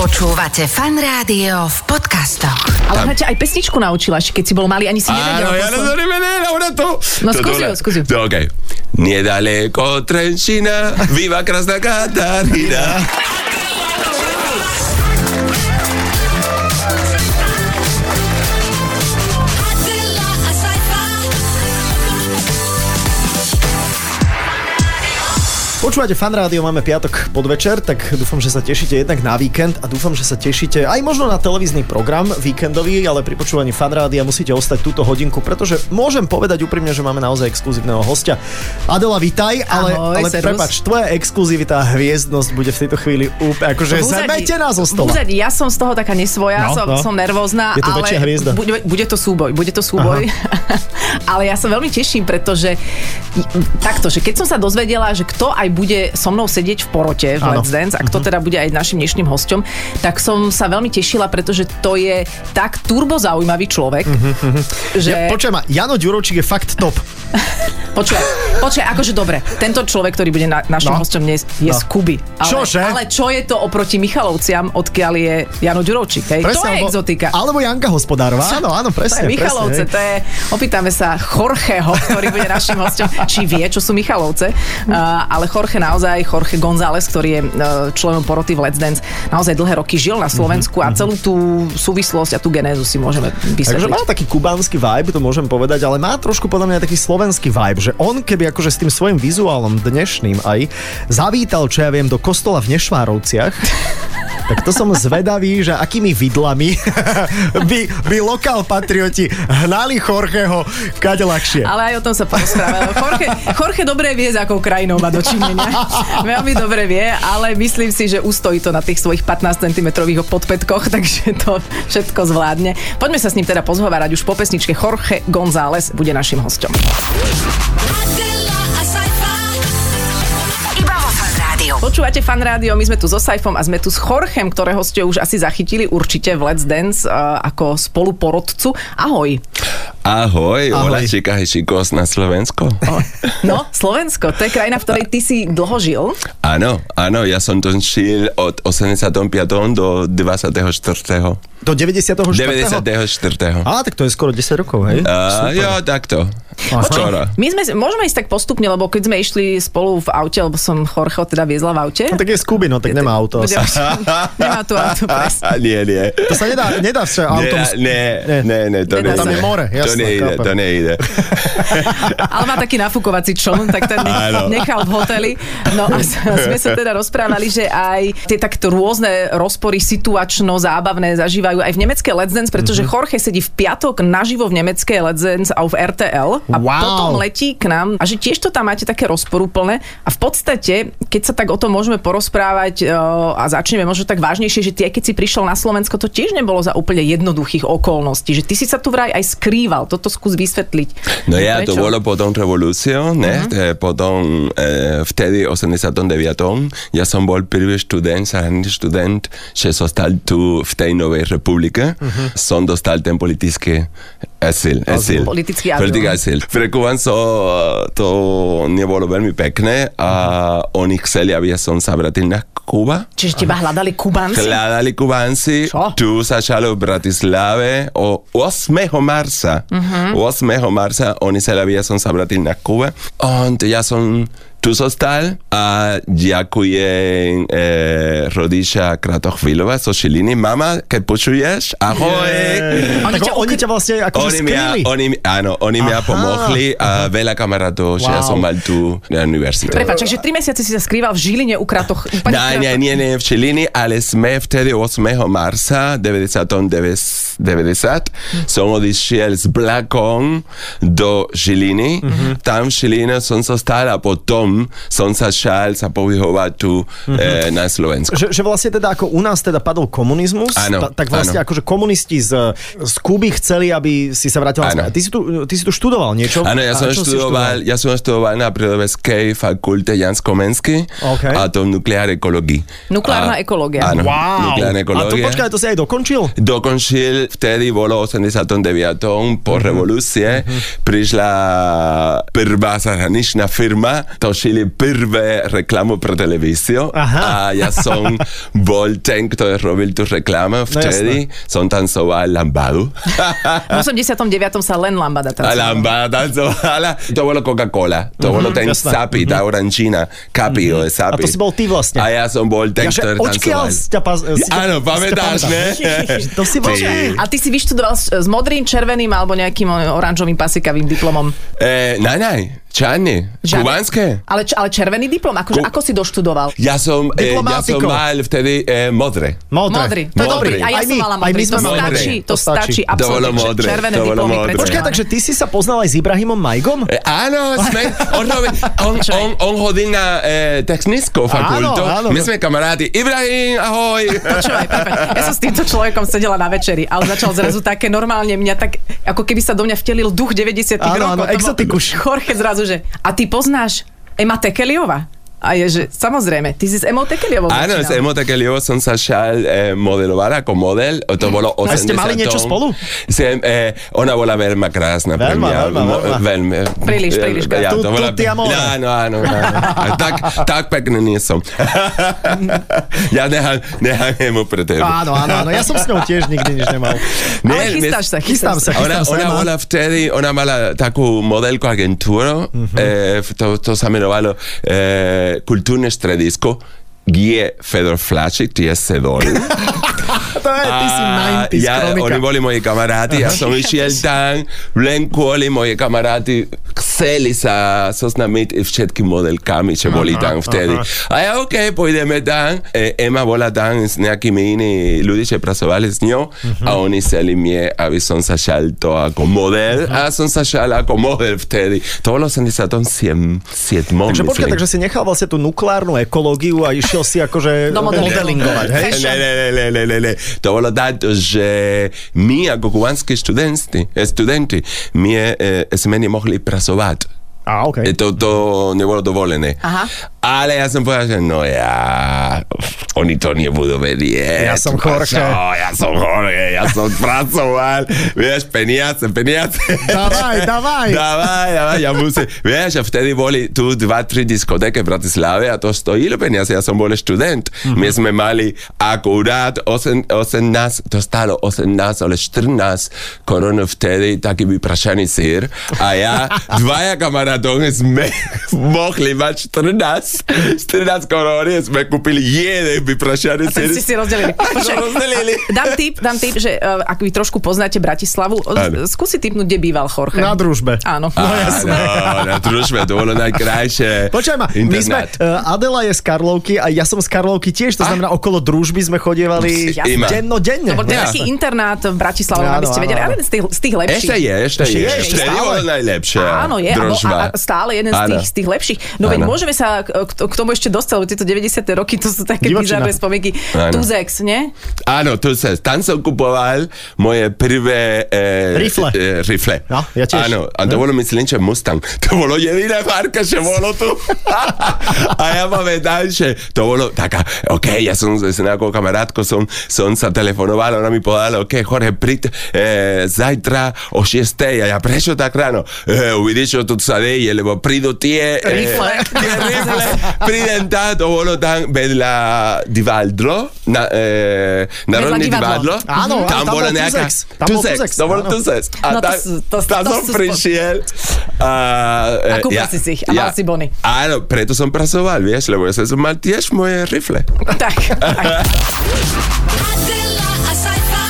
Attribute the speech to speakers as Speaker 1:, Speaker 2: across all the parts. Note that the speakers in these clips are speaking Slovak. Speaker 1: Počúvate fan rádio v podcastoch.
Speaker 2: Ale ona ťa aj pesničku naučila, ešte keď si bol malý, ani si nevedel.
Speaker 3: Áno,
Speaker 2: poslednú.
Speaker 3: ja nezoríme, ne, ona to.
Speaker 2: pues, No
Speaker 3: To
Speaker 2: skúsi
Speaker 3: dobre.
Speaker 2: ju, skúsi ju.
Speaker 3: No, OK. Nedaleko Trenčina, viva krásna Katarína.
Speaker 4: Počúvate fan rádio, máme piatok podvečer, tak dúfam, že sa tešíte jednak na víkend a dúfam, že sa tešíte aj možno na televízny program víkendový, ale pri počúvaní fan rádia musíte ostať túto hodinku, pretože môžem povedať úprimne, že máme naozaj exkluzívneho hostia. Adela, vitaj, ale,
Speaker 2: Ahoj,
Speaker 4: ale
Speaker 2: servus.
Speaker 4: prepač, tvoja exkluzivita a hviezdnosť bude v tejto chvíli úplne, akože
Speaker 2: Húzadi-
Speaker 4: zametená zo stola.
Speaker 2: húzadi, ja som z toho taká nesvoja,
Speaker 4: No,
Speaker 2: som,
Speaker 4: no.
Speaker 2: som nervózna,
Speaker 4: Je to väčšia
Speaker 2: ale
Speaker 4: hviezda.
Speaker 2: bude, bude to súboj, bude to súboj. ale ja sa veľmi teším, pretože takto, že keď som sa dozvedela, že kto aj bude so mnou sedieť v porote v
Speaker 4: Áno. Mhm.
Speaker 2: Let's Dance a kto teda bude aj našim dnešným hostom, tak som sa veľmi tešila, pretože to je tak turbo zaujímavý človek, že...
Speaker 4: Mhm, Ja, počujem ma, Jano Ďuročík je fakt top.
Speaker 2: Počkaj, počkaj, akože dobre, tento človek, ktorý bude na, našim no.
Speaker 4: No.
Speaker 2: hostom dnes, je
Speaker 4: No.
Speaker 2: z Kuby. Ale,
Speaker 4: Čože?
Speaker 2: Ale čo je to oproti Michalovciam, odkiaľ je Jano Ďurovčík, hej? to je
Speaker 4: alebo-
Speaker 2: exotika.
Speaker 4: Alebo Janka Hospodárová, áno, áno,
Speaker 2: to je
Speaker 4: presne.
Speaker 2: Michalovce,
Speaker 4: presne, hej.
Speaker 2: to je, opýtame sa Chorcheho, ktorý bude našim hostom, či vie, čo sú Michalovce,
Speaker 4: Hm.
Speaker 2: uh, ale Chorche naozaj, Chorche González, ktorý je uh, členom poroty v Let's Dance, naozaj dlhé roky žil na Slovensku
Speaker 4: Mhm,
Speaker 2: a celú tú súvislosť a tú genézu si môžeme
Speaker 4: Takže
Speaker 2: vysvetliť.
Speaker 4: má taký kubánsky vibe, to môžem povedať, ale má trošku podľa mňa taký slovenský vibe, že on keby akože s tým svojim vizuálom dnešným aj zavítal, čo ja viem, do kostola v Nešvárovciach, tak to som zvedavý, že akými vidlami by, by lokál patrioti hnali Chorcheho kade ľahšie.
Speaker 2: Ale aj o tom sa porozprávame. Jorge, Jorge dobre vie, s akou krajinou má dočinenia. Veľmi dobre vie, ale myslím si, že ustojí to na tých svojich 15 cm podpetkoch, takže to všetko zvládne. Poďme sa s ním teda pozhovárať už po pesničke. Jorge González bude našim hostom.
Speaker 1: Iba vo fan rádiu.
Speaker 2: Počúvate fan rádio, my sme tu so Saifom a sme tu s Chorchem, ktorého ste už asi zachytili určite v Let's Dance eh, ako spoluporodcu. Ahoj.
Speaker 3: Ahoj,
Speaker 4: Ahoj.
Speaker 3: hola chicas y chicos na Slovensko.
Speaker 2: No, Slovensko, to je krajina, v ktorej ty si dlho žil.
Speaker 3: Áno, áno, ja som to žil od 85. do 24. 94.
Speaker 4: Do 94.
Speaker 2: Ah,
Speaker 4: Á, tak to je skoro 10 rokov, hej?
Speaker 3: Uh, jo, takto. Skoro.
Speaker 2: My sme, môžeme ísť tak postupne, lebo keď sme išli spolu v aute, lebo som Chorcho teda viezla v aute.
Speaker 4: No, tak je z Kuby, no tak nemá auto.
Speaker 2: Bude-
Speaker 4: Asi.
Speaker 2: Nemá tu auto, presne.
Speaker 3: Ah, nie, nie.
Speaker 4: To sa nedá, nedá sa
Speaker 3: Nie,
Speaker 4: autom...
Speaker 3: nie, nie, nie, to
Speaker 2: Nedá
Speaker 3: nejde.
Speaker 2: sa. Tam je
Speaker 4: more,
Speaker 3: To
Speaker 4: jasné,
Speaker 3: nejde,
Speaker 4: chápem.
Speaker 3: to nejde.
Speaker 2: Ale má taký nafúkovací čln, tak ten
Speaker 3: Áno.
Speaker 2: nechal v hoteli. No a s- sme sa teda rozprávali, že aj tie takto rôzne rozpory situačno-zábavné zažívajú aj v nemeckej Let's Dance, pretože Jorge sedí v piatok naživo v nemeckej Let's Dance a v RTL a
Speaker 4: Wow.
Speaker 2: potom letí k nám a že tiež to tam máte také rozporúplné a v podstate, keď sa tak o tom môžeme porozprávať e, a začneme možno tak vážnejšie, že ty aj keď si prišiel na Slovensko, to tiež nebolo za úplne jednoduchých okolností, že ty si sa tu vraj aj skrýval, toto skús vysvetliť.
Speaker 3: No
Speaker 2: Že
Speaker 3: ja, to
Speaker 2: prečo?
Speaker 3: bolo potom revolúciou, ne? Uh-huh. Potom eh, vtedy 89. Ja som bol prvý študent, zahraničný študent, že zostal tu v tej novej republike. Uh-huh. Som dostal ten politický azyl. azyl.
Speaker 2: Politický azyl.
Speaker 3: Politický azyl. Pre Kubancov eh, to nebolo veľmi pekné a uh-huh. oni chceli, aby ja som sa vrátil na Kuba.
Speaker 2: Čiže teba hľadali Kubanci?
Speaker 3: Hľadali Kubánci,
Speaker 2: Čo?
Speaker 3: tu začalo v Bratislave o 8. marca. Uh-huh. 8. marca oni sa ľavia som sa vrátil na Kuba. On ja som tu zostal a ďakujem e, rodiča Kratochvilova zo Šiliny. Mama, keď počuješ, ahoj.
Speaker 4: Oni, tak
Speaker 2: ťa
Speaker 4: ťa, oni ťa vlastne akože
Speaker 3: Oni mi,
Speaker 4: skrýli.
Speaker 3: oni, mi- áno, oni ah, mi
Speaker 4: Aha.
Speaker 3: pomohli a veľa kamarátov, že ja
Speaker 4: Wow.
Speaker 3: som mal tu na univerzite.
Speaker 2: Prepač, takže 3 mesiace si sa skrýval v Žiline u Kratoch. Pani
Speaker 3: Nie, nie, nie, nie, v Čilini, ale sme vtedy 8. marca 1990
Speaker 4: Mhm.
Speaker 3: som odišiel s Blakom do Žiliny.
Speaker 4: Mhm.
Speaker 3: Tam v Žilini som zostal a potom som začal sa povyhovať tu eh, na Slovensku.
Speaker 4: Mhm. Že, že vlastne teda ako u nás teda padol komunizmus,
Speaker 3: Áno,
Speaker 4: ta, tak
Speaker 3: áno.
Speaker 4: vlastne akože komunisti z, z Kuby chceli, aby si sa vrátil.
Speaker 3: Áno.
Speaker 4: Áno. Ty si, tu, ty si tu študoval niečo?
Speaker 3: Áno, ja
Speaker 4: A
Speaker 3: som
Speaker 4: čo si
Speaker 3: študoval, ja som študoval na prírodovedskej fakulte Jan Skomenský
Speaker 4: OK.
Speaker 3: a to nukleár ekológii.
Speaker 2: Nukleárna
Speaker 3: A-
Speaker 2: ekológia.
Speaker 3: Áno,
Speaker 4: Wow.
Speaker 3: nukleárna
Speaker 4: A to
Speaker 3: ekológia.
Speaker 4: počkaj, to si aj dokončil?
Speaker 3: dokončil vtedy bolo 89.
Speaker 4: Mhm.
Speaker 3: po revolúcie. Prišla prvá zahraničná firma do natočili prvé reklamu pro televíziu
Speaker 4: Aha.
Speaker 3: a ja som bol ten, kto robil tú reklamu
Speaker 4: No
Speaker 3: vtedy. som tancoval lambadu.
Speaker 2: V 89. sa len lambada
Speaker 3: A
Speaker 2: tancovala.
Speaker 3: lamba tancovala. To bolo Coca-Cola.
Speaker 4: Mhm,
Speaker 3: To bolo ten
Speaker 4: jasné.
Speaker 3: sapi, tá oranžina. Capio, mm
Speaker 4: Mhm. A
Speaker 3: sapi.
Speaker 4: to si bol ty vlastne.
Speaker 3: A ja som bol ten,
Speaker 4: Ja, že
Speaker 3: ktorý
Speaker 4: odkiaľ
Speaker 3: tancoval.
Speaker 4: si ťa pas- si ťa-
Speaker 3: Áno,
Speaker 4: si ťa
Speaker 3: pamätáš,
Speaker 4: pamätám.
Speaker 3: ne?
Speaker 4: To si bol ty.
Speaker 2: A ty si vyštudoval s, s modrým, červeným alebo nejakým o, oranžovým pasikavým diplomom.
Speaker 3: Eh, ne, ne, čani,
Speaker 2: Žiadne-
Speaker 3: kubánske.
Speaker 2: Ale, č- ale červený diplom? Akože,
Speaker 3: Ku-
Speaker 2: ako si doštudoval?
Speaker 3: Ja som, eh, ja som
Speaker 4: Diplomátiko.
Speaker 3: mal vtedy eh, modré.
Speaker 4: Modré.
Speaker 2: Modrý. To je dobrý.
Speaker 3: Modrý.
Speaker 2: A ja
Speaker 4: Aj
Speaker 2: som
Speaker 4: my,
Speaker 2: mala
Speaker 4: aj
Speaker 2: modrý.
Speaker 4: my
Speaker 2: To
Speaker 4: sme
Speaker 3: mali
Speaker 2: stačí,
Speaker 4: modré.
Speaker 2: to
Speaker 4: To stačí.
Speaker 2: stačí.
Speaker 4: To
Speaker 2: Absolútne.
Speaker 3: bolo
Speaker 2: Č-
Speaker 3: modré,
Speaker 2: Červené
Speaker 3: to bolo
Speaker 2: diplomy.
Speaker 3: modré.
Speaker 2: predsa
Speaker 4: Počkaj,
Speaker 2: máme.
Speaker 4: takže ty si sa poznal aj s Ibrahimom Majgom?
Speaker 3: Eh, áno, sme, on, robil, on, on, on hodil na eh, technickou fakultu.
Speaker 4: áno.
Speaker 3: My sme kamaráti. Ibrahim, ahoj.
Speaker 2: Počúvaj, Pepe, ja som s týmto človekom sedela na večeri, ale začal zrazu také normálne mňa tak, ako keby sa do mňa vtelil duch 90
Speaker 4: Áno, áno,
Speaker 2: rokov. To bol
Speaker 4: exotikuš.
Speaker 2: Jorge zrazu, že a ty poznáš Ema Tekeliova? A je, že samozrejme, ty si s Emou Tekeliovou
Speaker 3: Áno, s
Speaker 2: začínal.
Speaker 3: Emo Takeliovo som sa šal eh, modelovať ako model. To bolo 80.
Speaker 4: A ste mali niečo spolu?
Speaker 3: Sem, eh, ona bola veľmi krásna pre
Speaker 4: Veľmi,
Speaker 3: mňa.
Speaker 4: veľmi,
Speaker 3: Mo- eh,
Speaker 4: veľmi.
Speaker 3: veľmi.
Speaker 2: Príliš, príliš
Speaker 3: Ja,
Speaker 4: krásna.
Speaker 3: to
Speaker 4: Tu-
Speaker 3: bola,
Speaker 4: tutti amore.
Speaker 3: áno, áno, áno. A tak, tak pekný nie som. ja nechám, nechám Emo pre teba.
Speaker 4: Áno, áno, áno. Ja som s ňou tiež nikdy nič nemal.
Speaker 2: Ale
Speaker 3: Nie,
Speaker 2: chystáš sa,
Speaker 4: Chystám
Speaker 2: chystáš sa.
Speaker 4: sa,
Speaker 3: Ona,
Speaker 4: chystám sa.
Speaker 3: ona
Speaker 4: Ema.
Speaker 3: bola vtedy, ona mala takú modelku agentúru, eh, to, to sa menovalo eh, Kulturné stredisko, je Fedor Flačik, ty je Sedol.
Speaker 4: To je, ty si 90s
Speaker 3: ja,
Speaker 4: kronika.
Speaker 3: oni boli moji kamaráti, ja som išiel tam, len kvôli moji kamaráti chceli sa zoznamiť všetky modelkami, čo boli tam vtedy. A ja, OK, pues, pôjdeme tam. E, Ema bola tam s nejakými iní ľudí, čo pracovali s ňou a oni chceli mne, aby som sa šal to ako model a som sa šal ako model vtedy. To bolo 87.
Speaker 4: Takže
Speaker 3: myslím.
Speaker 4: počkaj, takže si nechal vlastne tú nukleárnu ekológiu a išiel si akože
Speaker 2: Do modelingu.
Speaker 4: modelingovať, hej?
Speaker 3: Ne, ne, ne, ne, ne, ne, ne. To bolo tanto, že my ako kubanskí studenti, eh, studenti, my eh, sme nemohli pracovať.
Speaker 4: Á,
Speaker 3: E,
Speaker 4: okej.
Speaker 3: To, to nebolo dovolené.
Speaker 2: Aha.
Speaker 3: Ale ja som povedal, že no ja, oni to nebudú vedieť.
Speaker 4: Ja som
Speaker 3: Čo,
Speaker 4: Jorge.
Speaker 3: Ja som Jorge, ja som pracoval. Vieš, peniaze, peniaze.
Speaker 4: Dávaj, dávaj.
Speaker 3: Dávaj, dávaj, ja musím. Vieš, a vtedy boli tu dva, tri diskotéky v Bratislave a to stojilo peniaze, ja som bol študent. My sme mali akurát 18, to stalo 18, ale 14 korun vtedy, taký vyprašaný sír. A ja, dvaja kamarátovi sme mohli mať 14, 14 korun, sme kúpili jeden
Speaker 2: A
Speaker 3: vyprašaný
Speaker 2: ten
Speaker 3: sír.
Speaker 2: ste si rozdelili.
Speaker 3: A to
Speaker 2: Počkaj,
Speaker 3: rozdelili.
Speaker 2: Dám tip, dám tip, že uh, ak vy trošku poznáte Bratislavu, Áno.
Speaker 3: Áno.
Speaker 2: skúsi tipnúť, kde býval Jorge.
Speaker 4: Na družbe.
Speaker 2: Áno.
Speaker 3: Áno, na družbe, no, to bolo najkrajšie.
Speaker 4: Počkaj ma, my sme,
Speaker 3: Internát.
Speaker 4: eh, Adela je z Karlovky a ja som z Karlovky tiež, to
Speaker 3: A?
Speaker 4: znamená okolo družby sme chodievali
Speaker 3: Jasne. Ima.
Speaker 4: dennodenne.
Speaker 2: To bol
Speaker 3: Ja.
Speaker 2: taký internát v Bratislave,
Speaker 4: Áno,
Speaker 2: aby ste
Speaker 4: áno,
Speaker 2: vedeli,
Speaker 4: áno.
Speaker 2: ale z tých, z tých lepších.
Speaker 3: Ešte je, ešte
Speaker 4: Ešte
Speaker 3: je.
Speaker 4: je, ešte
Speaker 3: Ešte je
Speaker 4: stále.
Speaker 3: bolo najlepšie.
Speaker 2: Áno, je. A, bol-
Speaker 3: Družba.
Speaker 2: a, a stále jeden z
Speaker 3: Áno.
Speaker 2: tých, z tých lepších. No veď
Speaker 3: Áno.
Speaker 2: môžeme sa k, k, k tomu ešte dostať, lebo tieto 90. roky, to sú také
Speaker 4: Divočina.
Speaker 2: bizarné spomienky.
Speaker 3: Áno.
Speaker 2: Tuzex, nie?
Speaker 3: Áno, tu sa, tam som kupoval moje prvé... Eh,
Speaker 4: Rifle.
Speaker 3: Eh, rifle.
Speaker 4: No, ja tiež.
Speaker 3: Áno, a to bolo myslím, že Mustang. To bolo jediná marka, že bolo tu. a ja pamätám, že to bolo taká, OK, ja som s nejakou kamarátkou, som, som sa telefonoval, ona mi povedala, OK, Jorge, príď eh, zajtra o 6. A ja, prečo tak ráno? Eh, uvidíš, čo tu sa deje, lebo prídu tie... Eh,
Speaker 4: Rifle.
Speaker 3: tie rifle. Prídem tam, to bolo tam vedľa divadlo, na, eh, Narodné
Speaker 2: divadlo.
Speaker 3: divadlo.
Speaker 4: Áno, áno,
Speaker 3: tam,
Speaker 4: tam
Speaker 3: bolo
Speaker 4: bol
Speaker 3: nejaká...
Speaker 4: Tuzex. Tam bol
Speaker 3: to bolo
Speaker 4: Tuzex, áno.
Speaker 3: Tuzex. A
Speaker 2: No to
Speaker 3: tam,
Speaker 2: sú- to sú-
Speaker 3: tam
Speaker 2: to
Speaker 3: som
Speaker 2: sú spo-
Speaker 3: prišiel. A, ε,
Speaker 2: A kúpil si si ich a mal si bony.
Speaker 3: Áno, preto som pracoval, vieš, lebo ja som mal tiež moje rifle.
Speaker 2: Tak, tak.
Speaker 5: Adela, a Saifa.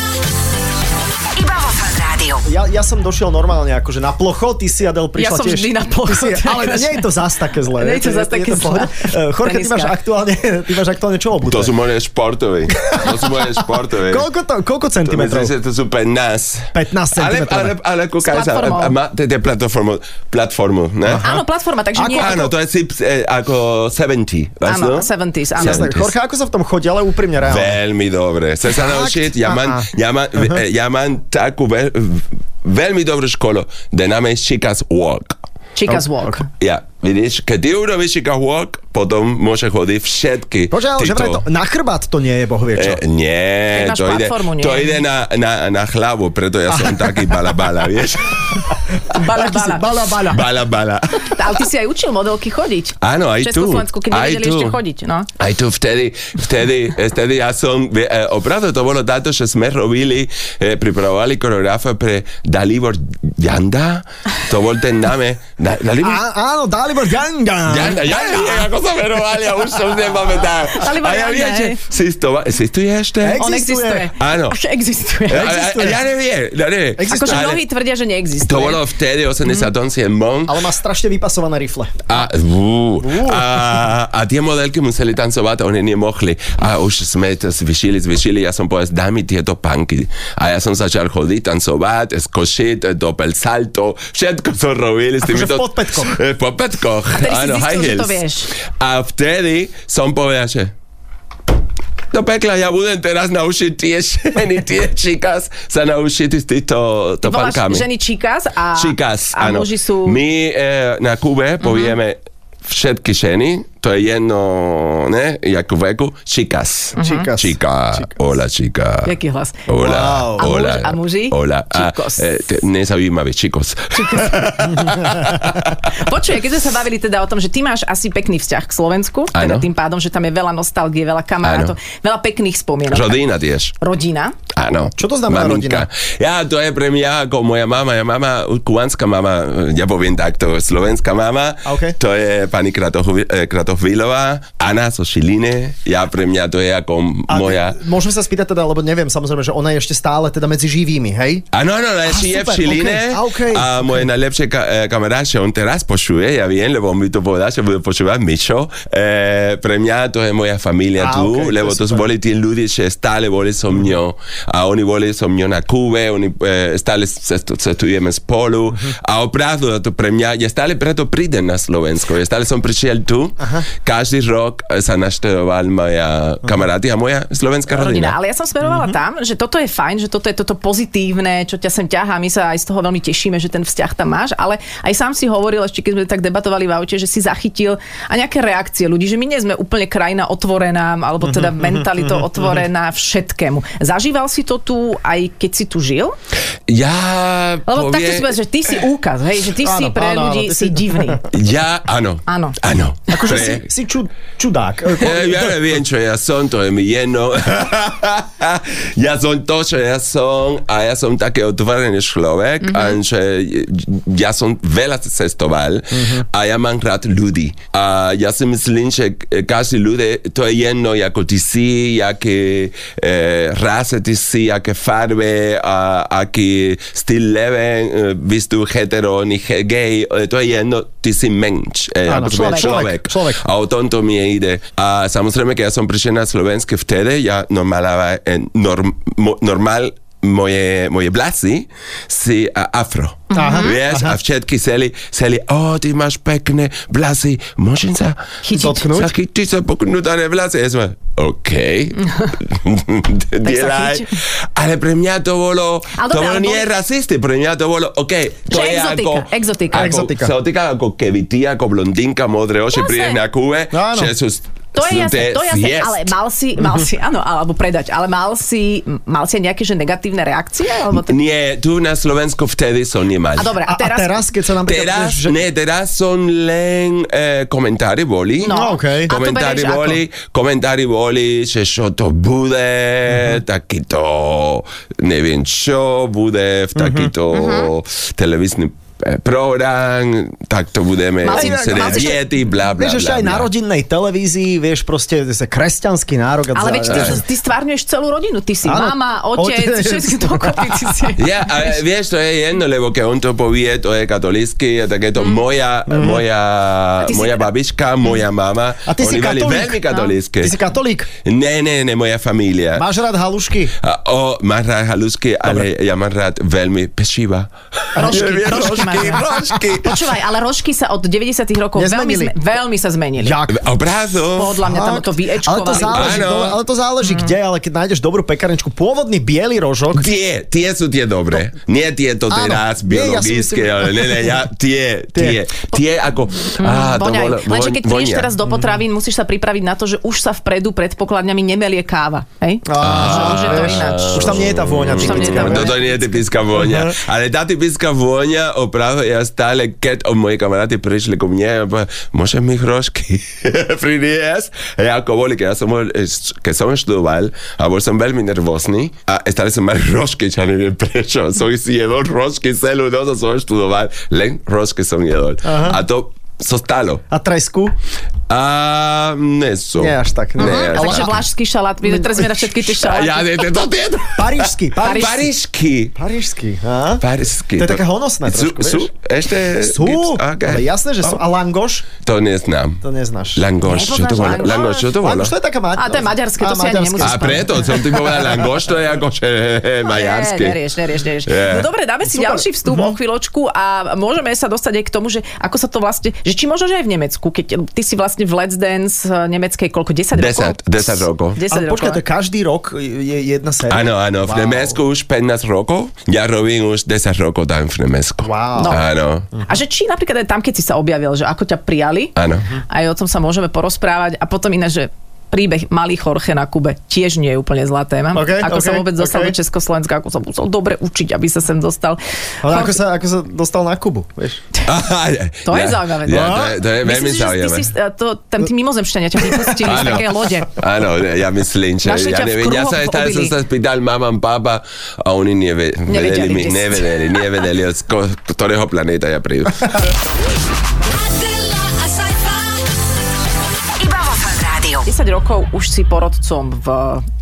Speaker 1: Iba vo Fan Rádiu.
Speaker 4: Ja, ja som došiel normálne akože na plocho, ty si Adel prišla
Speaker 2: som
Speaker 4: tiež.
Speaker 2: vždy na plocho,
Speaker 4: Ty Si, ale
Speaker 2: takže-
Speaker 4: nie je to zás také zlé.
Speaker 2: Nie je to zas také
Speaker 4: v pohode.
Speaker 2: zlé.
Speaker 4: Eh, Jorge, ty
Speaker 2: Teniska.
Speaker 4: máš aktuálne, ty máš aktuálne čo obuté?
Speaker 3: To sú moje športové. To sú moje športové.
Speaker 4: Koľko, to, koľko
Speaker 3: To myslím,
Speaker 4: centimetrov?
Speaker 3: že to sú 15.
Speaker 4: 15
Speaker 3: Ale,
Speaker 4: centimetrov.
Speaker 3: ale, ale kúkaj sa,
Speaker 2: platformou.
Speaker 3: a- a má- to je platformu, platformu, ne?
Speaker 2: Áno, platforma, takže
Speaker 4: Ako-
Speaker 2: nie...
Speaker 3: Áno, to je si, eh, ako 70, vás,
Speaker 2: Áno,
Speaker 3: no?
Speaker 2: 70s, áno.
Speaker 4: Jasné, Jorge, ako sa v tom chodí, ale úprimne reálne.
Speaker 3: Veľmi dobre. Chcem sa naučiť, ja mám,
Speaker 4: Aha.
Speaker 3: ja mám, eh, ja mám takú veľ, veľmi dobrú školu. The name is Chicas Walk.
Speaker 2: Chicas Walk.
Speaker 3: Ja, Vidíš, keď ty urobíš iga walk, potom môže chodiť všetky
Speaker 4: Počkaj, ale že vraj to, na chrbát to nie je, boh vie čo.
Speaker 3: E, nie,
Speaker 2: Keď máš
Speaker 3: to ide,
Speaker 2: platformu, nie?
Speaker 3: to ide na, na, na hlavu, preto ja som taký balabala, vieš?
Speaker 2: Bala,
Speaker 4: Taký si
Speaker 2: bala.
Speaker 4: bala, bala.
Speaker 3: Balabala.
Speaker 2: Ale ty si aj učil modelky chodiť.
Speaker 3: Áno, aj tu.
Speaker 2: Československu, keď
Speaker 3: aj
Speaker 2: nevedeli
Speaker 3: tu.
Speaker 2: ešte chodiť, no.
Speaker 3: Aj tu vtedy, vtedy, vtedy ja som, e, e, opravdu to bolo táto, že sme robili, e, pripravovali koreografa pre Dalibor Janda, to bol ten náme, da, Dalibor
Speaker 4: Á- áno, Dalibor Ganga.
Speaker 3: Janda, Janda, ako sa venovali a už som nepamätám.
Speaker 2: Dalibor
Speaker 3: A ja
Speaker 2: Janda,
Speaker 3: viem, že
Speaker 2: hej.
Speaker 3: existova- existuje ešte?
Speaker 2: On
Speaker 4: Existuje.
Speaker 2: existuje.
Speaker 3: Áno.
Speaker 2: Až existuje.
Speaker 3: A- a- a- Ja neviem, ja neviem.
Speaker 2: Akože
Speaker 3: Ale-
Speaker 2: mnohí tvrdia, že neexistuje.
Speaker 3: To bolo vtedy 87. Mm.
Speaker 4: Ale má strašne vypasované rifle.
Speaker 3: A, vú, a, a tie modelky museli tancovať, oni nemohli. A už sme to zvyšili, zvyšili, ja som povedal, daj mi tieto punky. A ja som začal chodiť, tancovať, skočiť, doppel salto, všetko som robil. S
Speaker 4: Akože
Speaker 3: týmito-
Speaker 4: v podpätkoch.
Speaker 3: Eh, V podpätkoch,
Speaker 2: vtedy si zistil,
Speaker 3: high
Speaker 2: že to
Speaker 3: heels.
Speaker 2: vieš.
Speaker 3: A vtedy som povedal, že do pekla, ja budem teraz naučiť tie ženy, tie čikas sa naučiť s týmto to
Speaker 2: Voláš
Speaker 3: pankami.
Speaker 2: ženy čikas a,
Speaker 3: Chicas, ah,
Speaker 2: a
Speaker 3: áno.
Speaker 2: muži sú...
Speaker 3: My e, na Kube povieme všetky ženy, to je jedno, ne, jak veku, chicas.
Speaker 4: Chicas.
Speaker 3: Chica, hola chica.
Speaker 2: Jaký hlas?
Speaker 3: Hola,
Speaker 2: A
Speaker 4: Wow.
Speaker 2: muž-
Speaker 3: hola.
Speaker 2: a muži?
Speaker 3: Hola. A,
Speaker 2: Chicos.
Speaker 3: e, te- nezaujímavé, chicos.
Speaker 2: Počuje, keď sme sa bavili teda o tom, že ty máš asi pekný vzťah k Slovensku, teda
Speaker 3: Áno.
Speaker 2: tým pádom, že tam je veľa nostalgie, veľa kamarátov, veľa pekných spomienok.
Speaker 3: Rodina tiež.
Speaker 2: Rodina.
Speaker 3: Áno.
Speaker 4: Čo to znamená
Speaker 3: Maminka. Ja, to je pre mňa ako moja mama. Ja mama, kubánska mama, ja poviem takto, slovenská mama.
Speaker 4: A okej.
Speaker 3: To je pani Kratochvi- eh, Kratochvilová, Anna zo Šiline. Ja pre mňa to je ako
Speaker 4: A
Speaker 3: moja...
Speaker 4: Môžem sa spýtať teda, lebo neviem samozrejme, že ona je ešte stále teda medzi živými, hej?
Speaker 3: Áno, áno, ja žije v
Speaker 4: Ah, super, Ah,
Speaker 3: Šiline
Speaker 4: okej, a okej,
Speaker 3: a moje najlepšie ka- eh, kamarát, že on teraz počuje, ja viem, lebo on mi to povedal, že bude počúvať Mišo. E, pre mňa to je moja familia
Speaker 4: A
Speaker 3: tu,
Speaker 4: okej, to je
Speaker 3: lebo to sú
Speaker 4: super. Mm-hmm.
Speaker 3: boli tí ľudia, že stále boli so mňou a oni boli so mňou na Kube, oni e, stále cestu- cestujeme spolu
Speaker 4: Mm-hmm.
Speaker 3: a opravdu to pre mňa, ja stále preto prídem na Slovensko, ja stále som prišiel tu, každý rok eh, sa naštevoval moja kamaráty a moja slovenská rodina. Mhm.
Speaker 2: Rodina. Ale ja som smerovala tam, že toto je fajn, že toto je toto pozitívne, čo ťa sem ťahá. My sa aj z toho veľmi tešíme, že ten vzťah tam máš, ale aj sám si hovoril, ešte keď sme tak debatovali v aute, že si zachytil a nejaké reakcie ľudí, že my nie sme úplne krajina otvorená, alebo teda
Speaker 3: Mhm,
Speaker 2: mentalitou otvorená všetkému. Zažíval si to tu, aj keď si tu žil?
Speaker 3: Ja
Speaker 2: Lebo takto
Speaker 3: povie-
Speaker 2: si povedz, že ty si úkaz, hej, že ty si
Speaker 4: Áno,
Speaker 2: pre
Speaker 4: áno,
Speaker 2: ľudí
Speaker 4: áno, ty
Speaker 2: si
Speaker 4: si-
Speaker 2: divný.
Speaker 3: Ja, áno.
Speaker 2: Áno.
Speaker 3: Áno.
Speaker 4: Akože
Speaker 3: Pre-
Speaker 4: si, si ču, čudák. E, po-
Speaker 3: Eh, ja neviem, čo ja som, to je mi jedno. ja som to, čo ja som a ja som taký otvorený človek a že ja som veľa cestoval a ja mám rád ľudí. A ja si myslím, že každý ľudí, to je jedno, ako ty si, jaké eh, rase ty si, jaké farbe, ah, a, aký styl leve, eh, vy tu hetero, ni he- gay, eh, to je jedno, ty si mensch, eh,
Speaker 4: Áno,
Speaker 3: akože
Speaker 4: človek, človek, človek.
Speaker 3: a o tomto mi ide. A samozrejme, keď ja som prišiel na Slovenské vtedy, ja normalava, eh, norm, mo, normal moje, moje vlasy si a, afro. Aha, Vieš, aha. a všetky seli, seli, o, ty máš pekné vlasy, môžem sa
Speaker 2: Chytiť.
Speaker 4: Dotknúť?
Speaker 3: Sa chytiť, sa poknúť a ne vlasy. Ja som, OK,
Speaker 2: chyť.
Speaker 3: delaj. Ale pre mňa to bolo,
Speaker 2: Ale
Speaker 3: to
Speaker 2: dobre,
Speaker 3: bolo
Speaker 2: ale
Speaker 3: nie
Speaker 2: boli-
Speaker 3: rasisty, pre mňa to bolo, OK, to
Speaker 2: Že
Speaker 3: je
Speaker 2: exotika,
Speaker 3: ako...
Speaker 2: exotika.
Speaker 3: Ako,
Speaker 4: Exotika.
Speaker 3: exotika, ako keby ty, ako blondinka, modré oči,
Speaker 2: Jasné.
Speaker 3: prídeš na Kube,
Speaker 4: No Áno.
Speaker 3: Jesus,
Speaker 2: To je jasné, to je jasné,
Speaker 3: zjesť.
Speaker 2: ale mal si, mal si, áno, alebo predať, ale mal si, mal si aj nejaké že negatívne reakcie? Alebo tak...
Speaker 3: Nie, tu na Slovensku vtedy som
Speaker 2: A
Speaker 3: nemal.
Speaker 2: dobre,
Speaker 4: A,
Speaker 2: a teraz...
Speaker 4: a teraz, keď sa nám
Speaker 3: Teraz,
Speaker 4: že...
Speaker 3: ne, teraz son len eh, komentári boli.
Speaker 4: No, okej. A to
Speaker 2: berieš
Speaker 3: Komentári
Speaker 2: ako?
Speaker 3: boli, komentári boli, že čo to bude,
Speaker 4: Mhm.
Speaker 3: takýto, neviem čo, bude v
Speaker 4: Mhm.
Speaker 3: takýto
Speaker 2: Mhm.
Speaker 3: televízny eh, program, tak to budeme
Speaker 2: Mal si-
Speaker 3: inserer
Speaker 2: mal si-
Speaker 3: diety, bla, bla,
Speaker 4: Vieš, ešte
Speaker 3: bla,
Speaker 4: aj
Speaker 3: bla.
Speaker 4: na rodinnej televízii, vieš, proste sa kresťanský nárok. a
Speaker 2: Ale
Speaker 4: za-
Speaker 2: veď ty, ty stvárňuješ celú rodinu. Ty si
Speaker 4: Áno.
Speaker 2: mama, otec,
Speaker 4: Otec.
Speaker 2: všetky dokopy ty si.
Speaker 3: Ja, a vieš, to je jedno, lebo keď on to povie, to je katolícky, a takéto
Speaker 4: Mhm.
Speaker 3: mm. moja, mm. moja,
Speaker 2: ty si
Speaker 3: moja
Speaker 2: teda-
Speaker 3: babička, moja mama,
Speaker 4: Mhm. A ty si
Speaker 3: oni boli
Speaker 4: katolík,
Speaker 3: veľmi
Speaker 4: no.
Speaker 3: katolícké.
Speaker 4: Ty si katolík?
Speaker 3: Ne, ne, ne, moja familia.
Speaker 4: Máš rád halušky?
Speaker 3: A, o, mám rád halusky, ale ja mám rád veľmi pečiva.
Speaker 2: Rožky,
Speaker 3: Ja viem,
Speaker 2: rožky.
Speaker 3: rožky, rožky.
Speaker 2: Počúvaj, ale rožky sa od 90 rokov veľmi,
Speaker 4: Nezmenili.
Speaker 2: zme, veľmi sa zmenili.
Speaker 4: Jak?
Speaker 3: Obrazo.
Speaker 2: Podľa mňa tam to
Speaker 4: ale
Speaker 2: vyečkovali.
Speaker 4: to záleží,
Speaker 3: Áno. Mhm.
Speaker 4: do, ale to záleží kde, ale keď nájdeš dobrú pekarničku, pôvodný biely rožok,
Speaker 3: Tie, tie sú tie dobré. Nie tieto
Speaker 4: No. Áno.
Speaker 3: teraz
Speaker 4: Nie, ja si
Speaker 3: biologické,
Speaker 4: myslím-
Speaker 3: ale ne, ne, ja, tie, tie, tie ako...
Speaker 4: Mm,
Speaker 3: Á, to
Speaker 2: Voňaj.
Speaker 3: vonia,
Speaker 2: Lenže keď prídeš
Speaker 3: vonia.
Speaker 2: teraz do potravín, musíš sa pripraviť na to, že už sa vpredu pred pokladňami nemelie káva. Hej?
Speaker 4: Á,
Speaker 2: že už je to
Speaker 4: vieš,
Speaker 2: ináč.
Speaker 4: už tam nie je tá vôňa
Speaker 2: Už tam nie je tá
Speaker 4: typická.
Speaker 2: vôňa.
Speaker 3: No to nie je typická vôňa. Ale tá typická vôňa, opravdu, ja stále, keď o moji kamaráti prišli ku mne, pa- môžem mi hrošky priniesť? Ja ako boli, keď, ja som, bol, eh, št- keď som študoval a bol som veľmi nervózny a stále som mal hrošky, čo neviem prečo. Som si jedol hrošky celú noc a som študoval. Len hrošky som jedol. A to zostalo.
Speaker 4: A tresku?
Speaker 3: A ne sú.
Speaker 4: Nie až tak, no.
Speaker 3: Ne,
Speaker 4: Aha,
Speaker 3: až
Speaker 2: Takže
Speaker 3: tak.
Speaker 2: vlašský šalát, my teraz sme na všetky tie šaláty.
Speaker 3: Ja, ne, to tieto.
Speaker 4: Parížsky, paríž,
Speaker 3: Parížky.
Speaker 4: parížsky. Á?
Speaker 3: Parížsky.
Speaker 4: To je také honosné
Speaker 3: Sú,
Speaker 4: trošku,
Speaker 3: sú,
Speaker 4: vieš?
Speaker 3: ešte...
Speaker 4: Sú,
Speaker 3: Gips-
Speaker 4: No,
Speaker 3: okay.
Speaker 4: ale jasné, že sú. A langoš?
Speaker 3: To neznám.
Speaker 4: To neznáš.
Speaker 3: Langoš, čo to
Speaker 2: Nepoznáš
Speaker 3: bolo?
Speaker 2: langoš?
Speaker 3: Langoš, čo to bolo?
Speaker 4: Langoš, to je taká ma-
Speaker 2: A to je maďarské, to
Speaker 4: Á,
Speaker 2: si ani
Speaker 4: maďarské.
Speaker 2: nemusíš
Speaker 3: A preto, som ti povedal langoš, to je ako že, maďarské.
Speaker 2: Nie, nerieš, nerieš, nerieš.
Speaker 3: Je.
Speaker 2: No dobre, dáme si ďalší vstup
Speaker 4: No.
Speaker 2: o chvíľočku a môžeme sa dostať aj k tomu, že ako sa to vlastne, že či možno, že aj v Nemecku, keď ty si vlastne v Let's Dance eh, nemeckej koľko, 10 rokov?
Speaker 3: 10, 10 rokov.
Speaker 2: 10
Speaker 4: Ale
Speaker 2: rokov.
Speaker 4: počkaj, to je každý rok je jedna séria?
Speaker 3: Áno, áno,
Speaker 4: Wow.
Speaker 3: v Nemecku už 15 rokov, ja robím už 10 rokov tam v Nemecku.
Speaker 4: Wow.
Speaker 2: No.
Speaker 3: Áno,
Speaker 2: A že či napríklad aj tam, keď si sa objavil, že ako ťa prijali,
Speaker 3: áno.
Speaker 2: aj o tom sa môžeme porozprávať a potom iné, že príbeh malý Jorge na Kube tiež nie je úplne zlá téma.
Speaker 4: OK,
Speaker 2: ako sa
Speaker 4: OK,
Speaker 2: vôbec dostal
Speaker 4: OK.
Speaker 2: do Československa, ako sa musel dobre učiť, aby sa sem dostal.
Speaker 4: Ale ako
Speaker 2: Jorge-
Speaker 4: sa, ako sa dostal na Kubu, vieš?
Speaker 2: To je zaujímavé.
Speaker 3: Ja, to, je, to je
Speaker 4: No.
Speaker 3: veľmi
Speaker 2: Myslím, že ty
Speaker 3: zaujímavé.
Speaker 2: si, eh, to, tam tí mimozemšťania ťa vypustili z
Speaker 3: Áno.
Speaker 2: také lode.
Speaker 3: Áno, ja myslím, že
Speaker 2: Našli
Speaker 3: ja
Speaker 2: ťa v
Speaker 3: neviem, ja
Speaker 2: kruhoch
Speaker 3: sa
Speaker 2: v
Speaker 3: stále som
Speaker 2: obilí.
Speaker 3: sa spýtal mama a papa a oni neve,
Speaker 2: Nevedeli,
Speaker 3: vedeli mi,
Speaker 2: kde si.
Speaker 3: nevedeli, nevedeli, z ko- ktorého planéta ja prídu.
Speaker 5: Adela, a
Speaker 1: Iba vo Fan Rádiu.
Speaker 2: 10 rokov už si porodcom v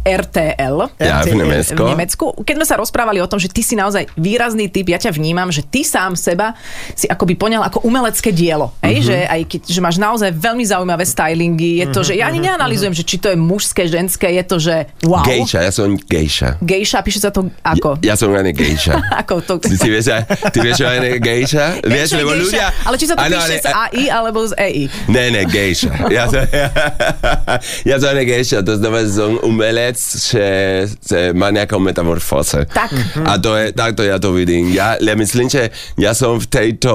Speaker 2: RTL.
Speaker 3: Ja v
Speaker 2: V
Speaker 3: Nemecku.
Speaker 2: Nemecku. Keď sme sa rozprávali o tom, že ty si naozaj výrazný typ, ja ťa vnímam, že ty sám seba si akoby poňal ako umelecké dielo.
Speaker 3: Mhm.
Speaker 2: Hej? Že, aj keď, že máš naozaj veľmi zaujímavé stylingy. Je to, že ja ani neanalizujem, že či to je mužské, ženské, je to, že wow.
Speaker 3: Gejša, ja som gejša.
Speaker 2: Gejša, píše sa to ako?
Speaker 3: Ja, ja som len gejša.
Speaker 2: Ako to?
Speaker 3: Ty, ty vieš, aj- ty vieš, čo je gejša? Vieš,
Speaker 2: Čo je
Speaker 3: lebo
Speaker 2: gejša?
Speaker 3: ľudia...
Speaker 2: Ale či sa to
Speaker 3: Áno,
Speaker 2: píše z
Speaker 3: ale-
Speaker 2: AI alebo z E EI?
Speaker 3: Ne, ne, gejša. Ja som, ja som ne gejša, to znamená, že som umelec, že, že má nejakou metamorfóze.
Speaker 2: Tak.
Speaker 3: A to je, tak to ja to vidím. Ja, ja myslím, že ja som v tejto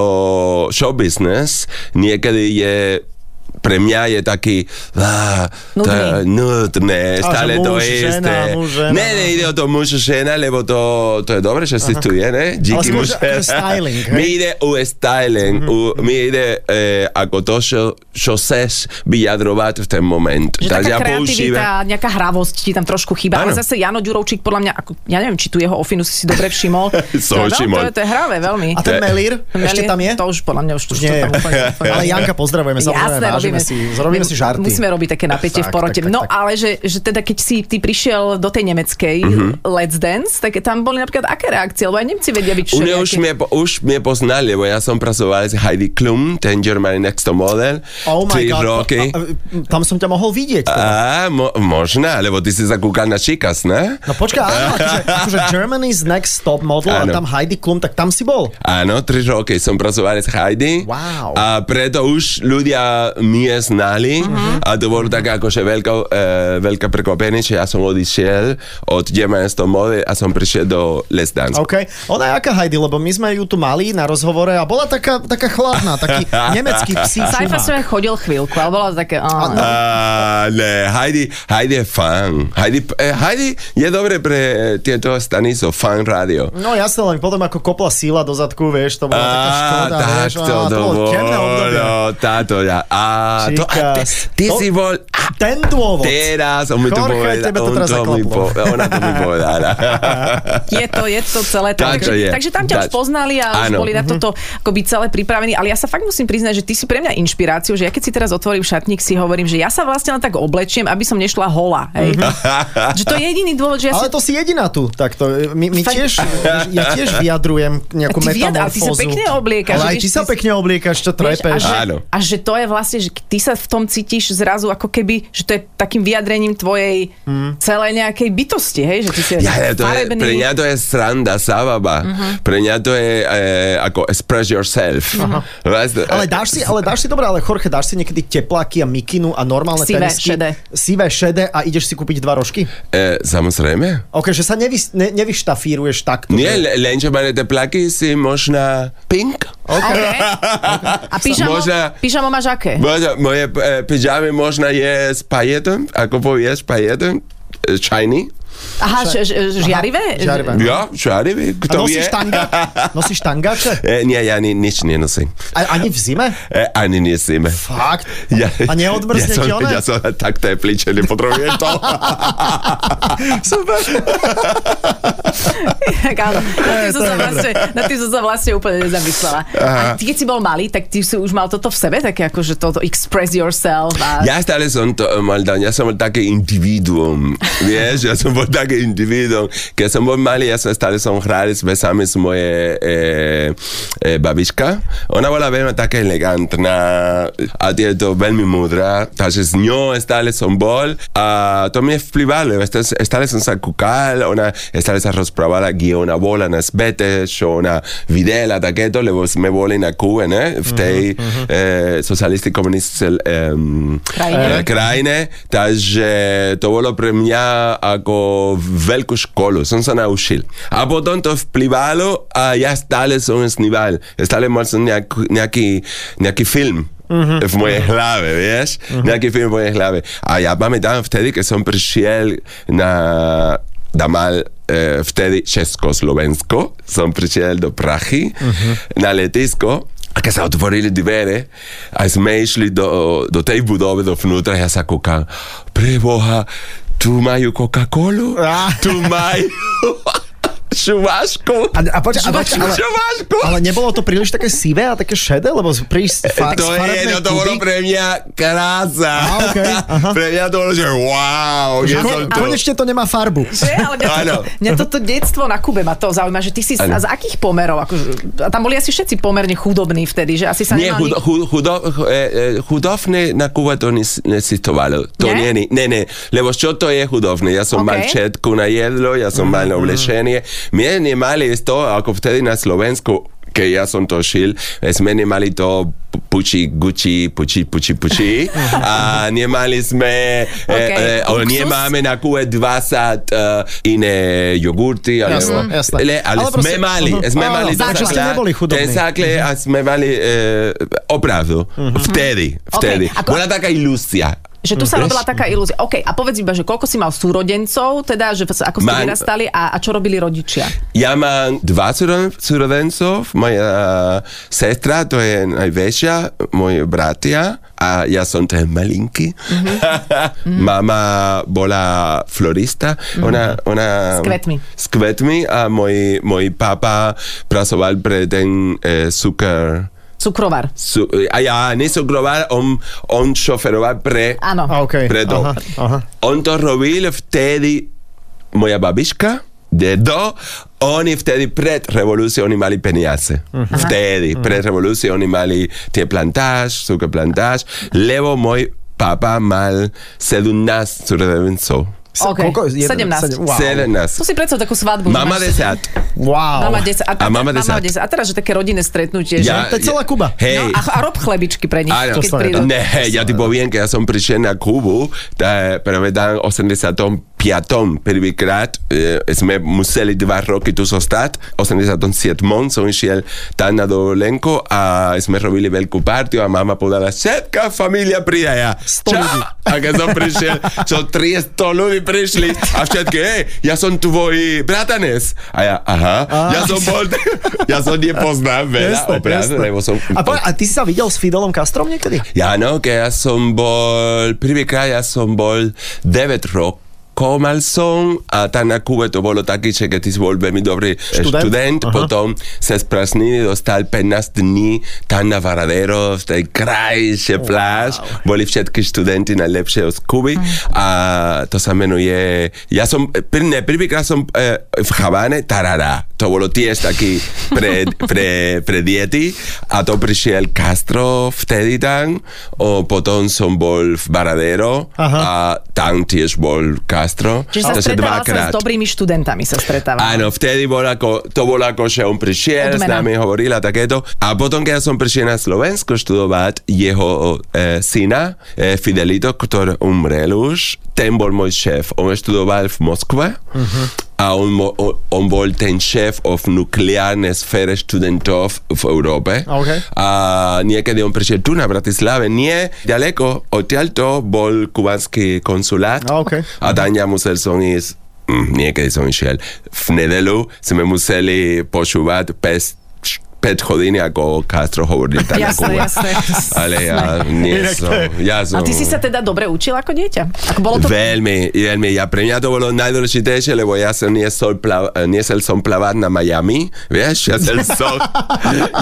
Speaker 3: show business, niekedy je pre mňa je taký ah, to
Speaker 2: Nudný.
Speaker 3: je nudné, stále to
Speaker 4: muž,
Speaker 3: isté.
Speaker 4: žena, muž, žena.
Speaker 3: Ne, ne, ide o to muž, žena, lebo to, to je dobre, že si studuje, ne? Díky
Speaker 4: skôr,
Speaker 3: muž,
Speaker 4: že akože styling, hej?
Speaker 3: My ide u
Speaker 4: Mhm.
Speaker 3: styling, u, mi ide eh, ako to, čo, čo chceš vyjadrovať v ten moment.
Speaker 2: Že
Speaker 3: Takže
Speaker 2: taká
Speaker 3: ja
Speaker 2: kreativita,
Speaker 3: používam-
Speaker 2: nejaká hravosť ti tam trošku chýba. Ale
Speaker 3: Áno.
Speaker 2: zase Jano Ďurovčík, podľa mňa, ako, ja neviem, či tu jeho ofinu si si dobre všimol.
Speaker 3: Som
Speaker 2: to, je veľ-
Speaker 3: všimol.
Speaker 2: To, je- to je hravé veľmi.
Speaker 4: A ten
Speaker 3: To je-
Speaker 4: Melír, ešte tam je?
Speaker 2: To už podľa mňa už, už
Speaker 4: Už nie
Speaker 2: to
Speaker 4: je.
Speaker 2: tam úplne, úplne.
Speaker 4: Ale Janka, pozdravujeme, samozrejme, vážime si, robíme si žarty.
Speaker 2: Musíme robiť také napätie v
Speaker 4: Tak,
Speaker 2: porote.
Speaker 4: tak, tak,
Speaker 2: no
Speaker 4: tak.
Speaker 2: ale že, že teda keď si ty prišiel do tej nemeckej
Speaker 3: Mhm.
Speaker 2: Let's Dance, tak tam boli napríklad aké reakcie? Lebo aj Nemci vedia byť
Speaker 3: Oni
Speaker 2: všelijakí.
Speaker 3: už mě, po- už mě poznali, bo ja som pracoval s Heidi Klum, ten German Next to Model,
Speaker 4: Oh my
Speaker 3: tri
Speaker 4: God.
Speaker 3: roky.
Speaker 4: A- a- Tam som ťa mohol vidieť. teda.
Speaker 3: A, mo, možná, lebo ty si zakúkal na Chicas, ne?
Speaker 4: No počkaj, áno, akože, akože Germany's Next Top Model a
Speaker 3: Áno.
Speaker 4: tam Heidi Klum, tak tam si bol.
Speaker 3: Áno, tri roky som pracoval s Heidi.
Speaker 4: Wow.
Speaker 3: A preto už ľudia mi znali. A to bolo tak akože veľká, eh, veľká prekvapenie, že ja som odišiel od Germanesto Mode a som prišiel do Les Dance.
Speaker 4: OK. Ona je aká Heidi, lebo my sme ju tu mali na rozhovore a bola taká, taká chladná, taký nemecký psí
Speaker 2: Saifa
Speaker 4: čumák.
Speaker 2: som aj chodil chvíľku, ale bolo také... á,
Speaker 4: no.
Speaker 3: Ah, ne, Heidi, Heidi je fan. Heidi, eh, Heidi je dobre pre eh, tieto stanice, fan radio.
Speaker 4: No jasne, len potom ako kopla síla do zadku, vieš, to bola taká
Speaker 3: Á,
Speaker 4: škoda, vieš,
Speaker 3: tak to no.
Speaker 4: á, to bolo temné obdobie.
Speaker 3: bolo, táto ja. Á, Ah, to, a ty,
Speaker 4: Chicas.
Speaker 3: ty
Speaker 4: To-
Speaker 3: si bol, á,
Speaker 4: Ten dôvod.
Speaker 3: Teraz, on mi to
Speaker 4: Jorge,
Speaker 3: povedal.
Speaker 4: tebe to
Speaker 3: on
Speaker 4: teraz
Speaker 3: to mi
Speaker 4: zaklaplo.
Speaker 3: po, ona to mi povedala.
Speaker 2: Je to, je to celé.
Speaker 3: Tak
Speaker 2: Tak,
Speaker 3: to
Speaker 2: takže,
Speaker 3: je.
Speaker 2: takže tam ťa už
Speaker 3: Tak.
Speaker 2: poznali a už
Speaker 3: Áno. Mhm.
Speaker 2: boli na toto akoby celé pripravení. Ale ja sa fakt musím priznať, že ty si pre mňa inšpiráciu, že ja keď si teraz otvorím šatník, si hovorím, že ja sa vlastne len tak oblečiem, aby som nešla hola. Hej.
Speaker 3: Mhm.
Speaker 2: že to je jediný dôvod, že ja
Speaker 4: Ale
Speaker 2: si...
Speaker 4: to si jediná tu, takto. My, my
Speaker 2: Fakt.
Speaker 4: tiež, ja tiež vyjadrujem nejakú
Speaker 2: Ty vyjad- ale ty sa
Speaker 4: metamorfózu.
Speaker 2: pekne obliekaš,
Speaker 4: Ale aj
Speaker 2: vieš,
Speaker 4: ty
Speaker 2: ty
Speaker 4: sa
Speaker 2: si-
Speaker 4: pekne obliekaš, čo
Speaker 2: Vieš, a,
Speaker 4: trepeš.
Speaker 2: že,
Speaker 3: Áno.
Speaker 2: a že to je vlastne, že tak ty sa v tom cítiš zrazu ako keby, že to je takým vyjadrením tvojej
Speaker 4: Mhm.
Speaker 2: celej nejakej bytosti, hej? Že ty si
Speaker 3: Ja, ja, to je,
Speaker 2: farebný.
Speaker 3: pre mňa to je sranda, zábava. Pre mňa to je eh, ako express yourself. Raz- e,
Speaker 4: Ale dáš si, ale dáš si, dobre, ale Jorge, dáš si niekedy tepláky a mikinu a normálne
Speaker 2: Sivé,
Speaker 4: tenisky?
Speaker 2: šedé.
Speaker 4: Sivé, šedé a ideš si kúpiť dva rožky?
Speaker 3: eh, samozrejme.
Speaker 4: OK, že sa nevys, ne, nevyštafíruješ takto.
Speaker 3: Nie,
Speaker 4: že-
Speaker 3: le- len že mali tie plaky si možná pink.
Speaker 2: Okay. A pyžamo,
Speaker 3: Možno-
Speaker 2: pyžamo máš aké?
Speaker 3: Možno, moje eh, pyžamy možná je s pajetom, ako povieš pajetom, eh, shiny.
Speaker 2: Aha, že, že, žiarivé?
Speaker 4: Aha, žiarivé.
Speaker 3: Ja, šarivý,
Speaker 4: A
Speaker 3: kto vie.
Speaker 4: nosíš tanga? Nosíš tangače?
Speaker 3: Eh, nie, ja ni, nič nenosím.
Speaker 4: A, ani v zime?
Speaker 3: Eh, ani nesíme.
Speaker 4: Fakt?
Speaker 3: Ja,
Speaker 4: A neodmrzne
Speaker 3: ja som,
Speaker 4: ti ona?
Speaker 3: Ja som tak teplý, že nepotrebujem to.
Speaker 4: Super.
Speaker 2: Tak áno, na tým, som sa vlastne, na tým som sa vlastne úplne nezamyslela. A ty, keď si bol malý, tak ty si už mal toto v sebe, také ako, že toto express yourself. A...
Speaker 3: Ja stále som to eh, mal dan, ja som bol také individuum. Vieš, ja som bol také individuum. Keď som bol malý, ja som stále som hral s besami s moje eh, eh, babička. Ona bola veľmi taká elegantná a je to veľmi múdra. Takže s ňou stále som bol Ah, a to mi vplivalo. Esta- Stále som sa kúkal, ona stále sa rozprávala, kde ona bola na svete, čo ona videla, takéto, lebo sme boli na Kube, ne? V tej eh, socialisti komunistické em,
Speaker 2: Krajine.
Speaker 3: krajine. Eh, krajine, takže to bolo pre mňa ako veľkú školu, som sa naučil. A potom to vplivalo a ja stále som sníval, stále mal som nejakú- nejaký, nejaký film. V mojej hlave, vieš? Nejaký film v mojej hlave. A ja pamätám vtedy, keď som prišiel na Damal, eh, vtedy Československo, som prišiel do Prahy na letisko a keď sa otvorili dvere a sme išli do, do tej budovy dovnútra, ja sa kúkam, preboha, tu majú Coca-Colu,
Speaker 4: Á.
Speaker 3: tu majú šuvašku.
Speaker 4: A, a poč, a poč, ale,
Speaker 3: Šuvašku.
Speaker 4: ale nebolo to príliš také sivé a také šedé? Lebo príliš z fa- z
Speaker 3: to je,
Speaker 4: farebnej
Speaker 3: no to bolo
Speaker 4: Kuby?
Speaker 3: pre mňa krása.
Speaker 4: Á, okej, aha.
Speaker 3: pre mňa to bolo, že wow.
Speaker 4: Že
Speaker 3: Že
Speaker 4: ko-
Speaker 3: som to,
Speaker 4: Konečne to nemá farbu.
Speaker 2: Že, ale mňa,
Speaker 3: Áno.
Speaker 2: toto, mňa toto detstvo na Kube ma to zaujíma, že ty si z,
Speaker 3: Áno.
Speaker 2: z akých pomerov? Akože, a tam boli asi všetci pomerne chudobní vtedy, že asi sa
Speaker 3: nie,
Speaker 2: nemal
Speaker 3: chudo,
Speaker 2: nik-
Speaker 3: chu- chudo, chu- eh, eh, chudobné na Kuba to nes- neexistovalo. To
Speaker 2: Ne?
Speaker 3: nie? nie, ne, ne. Lebo čo to je chudobné? Ja som
Speaker 2: Ok. Mm.
Speaker 3: okay. mal četku na jedlo, ja som mal oblečenie. Mne nemali to, ako vtedy na Slovensku, keď ja som to šil, eh, sme nemali to pu- puči, guči, puči, puči, puči. A nemali sme,
Speaker 2: Ok,
Speaker 3: okay. eh,
Speaker 2: luxus.
Speaker 3: nemáme na Kube 20 eh, iné jogurty.
Speaker 4: Jasné,
Speaker 3: alebo,
Speaker 4: jasné.
Speaker 3: Le, ale,
Speaker 4: Ale
Speaker 3: ale sme
Speaker 4: proste-
Speaker 3: mali,
Speaker 4: Mhm.
Speaker 3: sme
Speaker 4: Áno,
Speaker 3: mali ten
Speaker 4: takže ste
Speaker 3: základ,
Speaker 4: neboli chudobní.
Speaker 3: ten takhle a sme mali e, opravdu. Vtedy, vtedy.
Speaker 2: Mhm. Ok, ako-
Speaker 3: Bola taká ilúzia.
Speaker 2: Že tu sa
Speaker 3: Vieš?
Speaker 2: robila taká ilúzia. OK, a povedz iba, že koľko si mal súrodencov, teda, že v- ako ste
Speaker 3: Mám-
Speaker 2: vyrastali a, a čo robili rodičia?
Speaker 3: Ja mám dva súroden- súrodencov, moja sestra, to je najväčšia, moje bratia a ja som ten malinký.
Speaker 2: Mhm.
Speaker 3: Mama bola florista, ona, ona...
Speaker 2: Mhm. S kvetmi.
Speaker 3: S kvetmi a môj, môj papa pracoval pre ten e, cukr...
Speaker 2: Cukrovar.
Speaker 3: Su, a ja nesokroval, on, on šoferoval pre...
Speaker 2: Áno.
Speaker 4: A okej.
Speaker 3: Preto.
Speaker 4: Aha, aha.
Speaker 3: On to robil vtedy moja babiška, dedo, oni vtedy pred revolúciou oni mali peniaze. Vtedy, pred revolúciou oni mali tie plantáž, cukor plantáž, lebo môj papa mal 17 súrodencov.
Speaker 4: Se-
Speaker 2: Ok,
Speaker 4: koľko? Jeden-
Speaker 2: 17.
Speaker 4: sedem- Wow.
Speaker 3: 17.
Speaker 2: Tu si predstav takú svadbu. že
Speaker 3: Mama
Speaker 2: máš-
Speaker 3: 10.
Speaker 4: Wow.
Speaker 2: Mama 10. A,
Speaker 3: A mama
Speaker 2: mama
Speaker 3: 10.
Speaker 2: 10. A teraz, že také rodinné stretnutie. že?
Speaker 4: To je celá Kuba.
Speaker 3: Hej.
Speaker 2: No, a, a rob chlebičky pre nich, keď
Speaker 3: Áno.
Speaker 4: To sa
Speaker 2: prídu.
Speaker 3: Ne, ja ti poviem, keď ja som prišiel na Kubu, tá, pamätám, 85. prvýkrát e, sme museli dva roky tu zostať. 87. som išiel tam na dovolenko a sme robili veľkú partiu a mama povedala, všetká familia príde ja.
Speaker 4: 100 ľudí.
Speaker 3: A keď som prišiel, so 300 ľudí prišli a všetky, hej, ja som tvoj bratanec. A ja, aha, ja som bol, ja som nepoznám veľa,
Speaker 4: Jasné,
Speaker 3: opravdu,
Speaker 4: jasné.
Speaker 3: lebo som...
Speaker 4: A, po, a ty si sa videl s Fidelom Castrom niekedy?
Speaker 3: Ja no, que ja som bol, prvýkrát ja som bol 9 rokov mal som a tam na Kube to bolo taký, že keď ty si bol veľmi dobrý
Speaker 4: Študent?
Speaker 3: študent, študent
Speaker 4: Aha.
Speaker 3: potom sa z prázdniny dostal 15 dní tam na Varadero, v tej krajšie pláž, boli všetky študenti najlepšie z Kuby a to sa menuje, ja som, pr- ne, prvýkrát som eh, v Havane, e, Tarara, to bolo tiež taký pre, pre, pre diety a to prišiel Castro vtedy tam, o, potom som bol v Baradero
Speaker 4: Aha.
Speaker 3: a tam tiež bol Castro.
Speaker 2: Čiže sa
Speaker 3: Takže
Speaker 2: stretával som s dobrými študentami, sa stretával.
Speaker 3: Áno, vtedy bol ako, to bolo ako, že on prišiel, s
Speaker 2: Odmena.
Speaker 3: nami hovoril a takéto. A potom, keď som prišiel na Slovensko študovať jeho e, syna, e, Fidelito, ktorý umrel už, ten bol môj šéf. On študoval v Moskve uh-huh. a on, mo- on, on bol ten šéf of nukleárnej sfére študentov v Európe.
Speaker 4: OK.
Speaker 3: A niekedy on prišiel tu na Bratislave, nie ďaleko, odtiaľto bol kubanský konzulát
Speaker 4: A, OK.
Speaker 3: a tam ja musel som ísť, mm, niekedy som išiel v nedelu, sme museli počúvať pes 5 hodín, ako Castro hovoril tam na
Speaker 2: Jasné,
Speaker 3: Kube.
Speaker 2: jasné.
Speaker 3: Ale ja nie
Speaker 4: Inak to
Speaker 3: som.
Speaker 4: je-
Speaker 2: A
Speaker 3: Ja som
Speaker 2: ty si sa teda dobre učil ako dieťa? Ako bolo to...
Speaker 3: Veľmi, veľmi. Ja pre mňa to bolo najdôležitejšie, lebo ja som nesol, plav, nesel som plavať na Miami, vieš? Ja som som,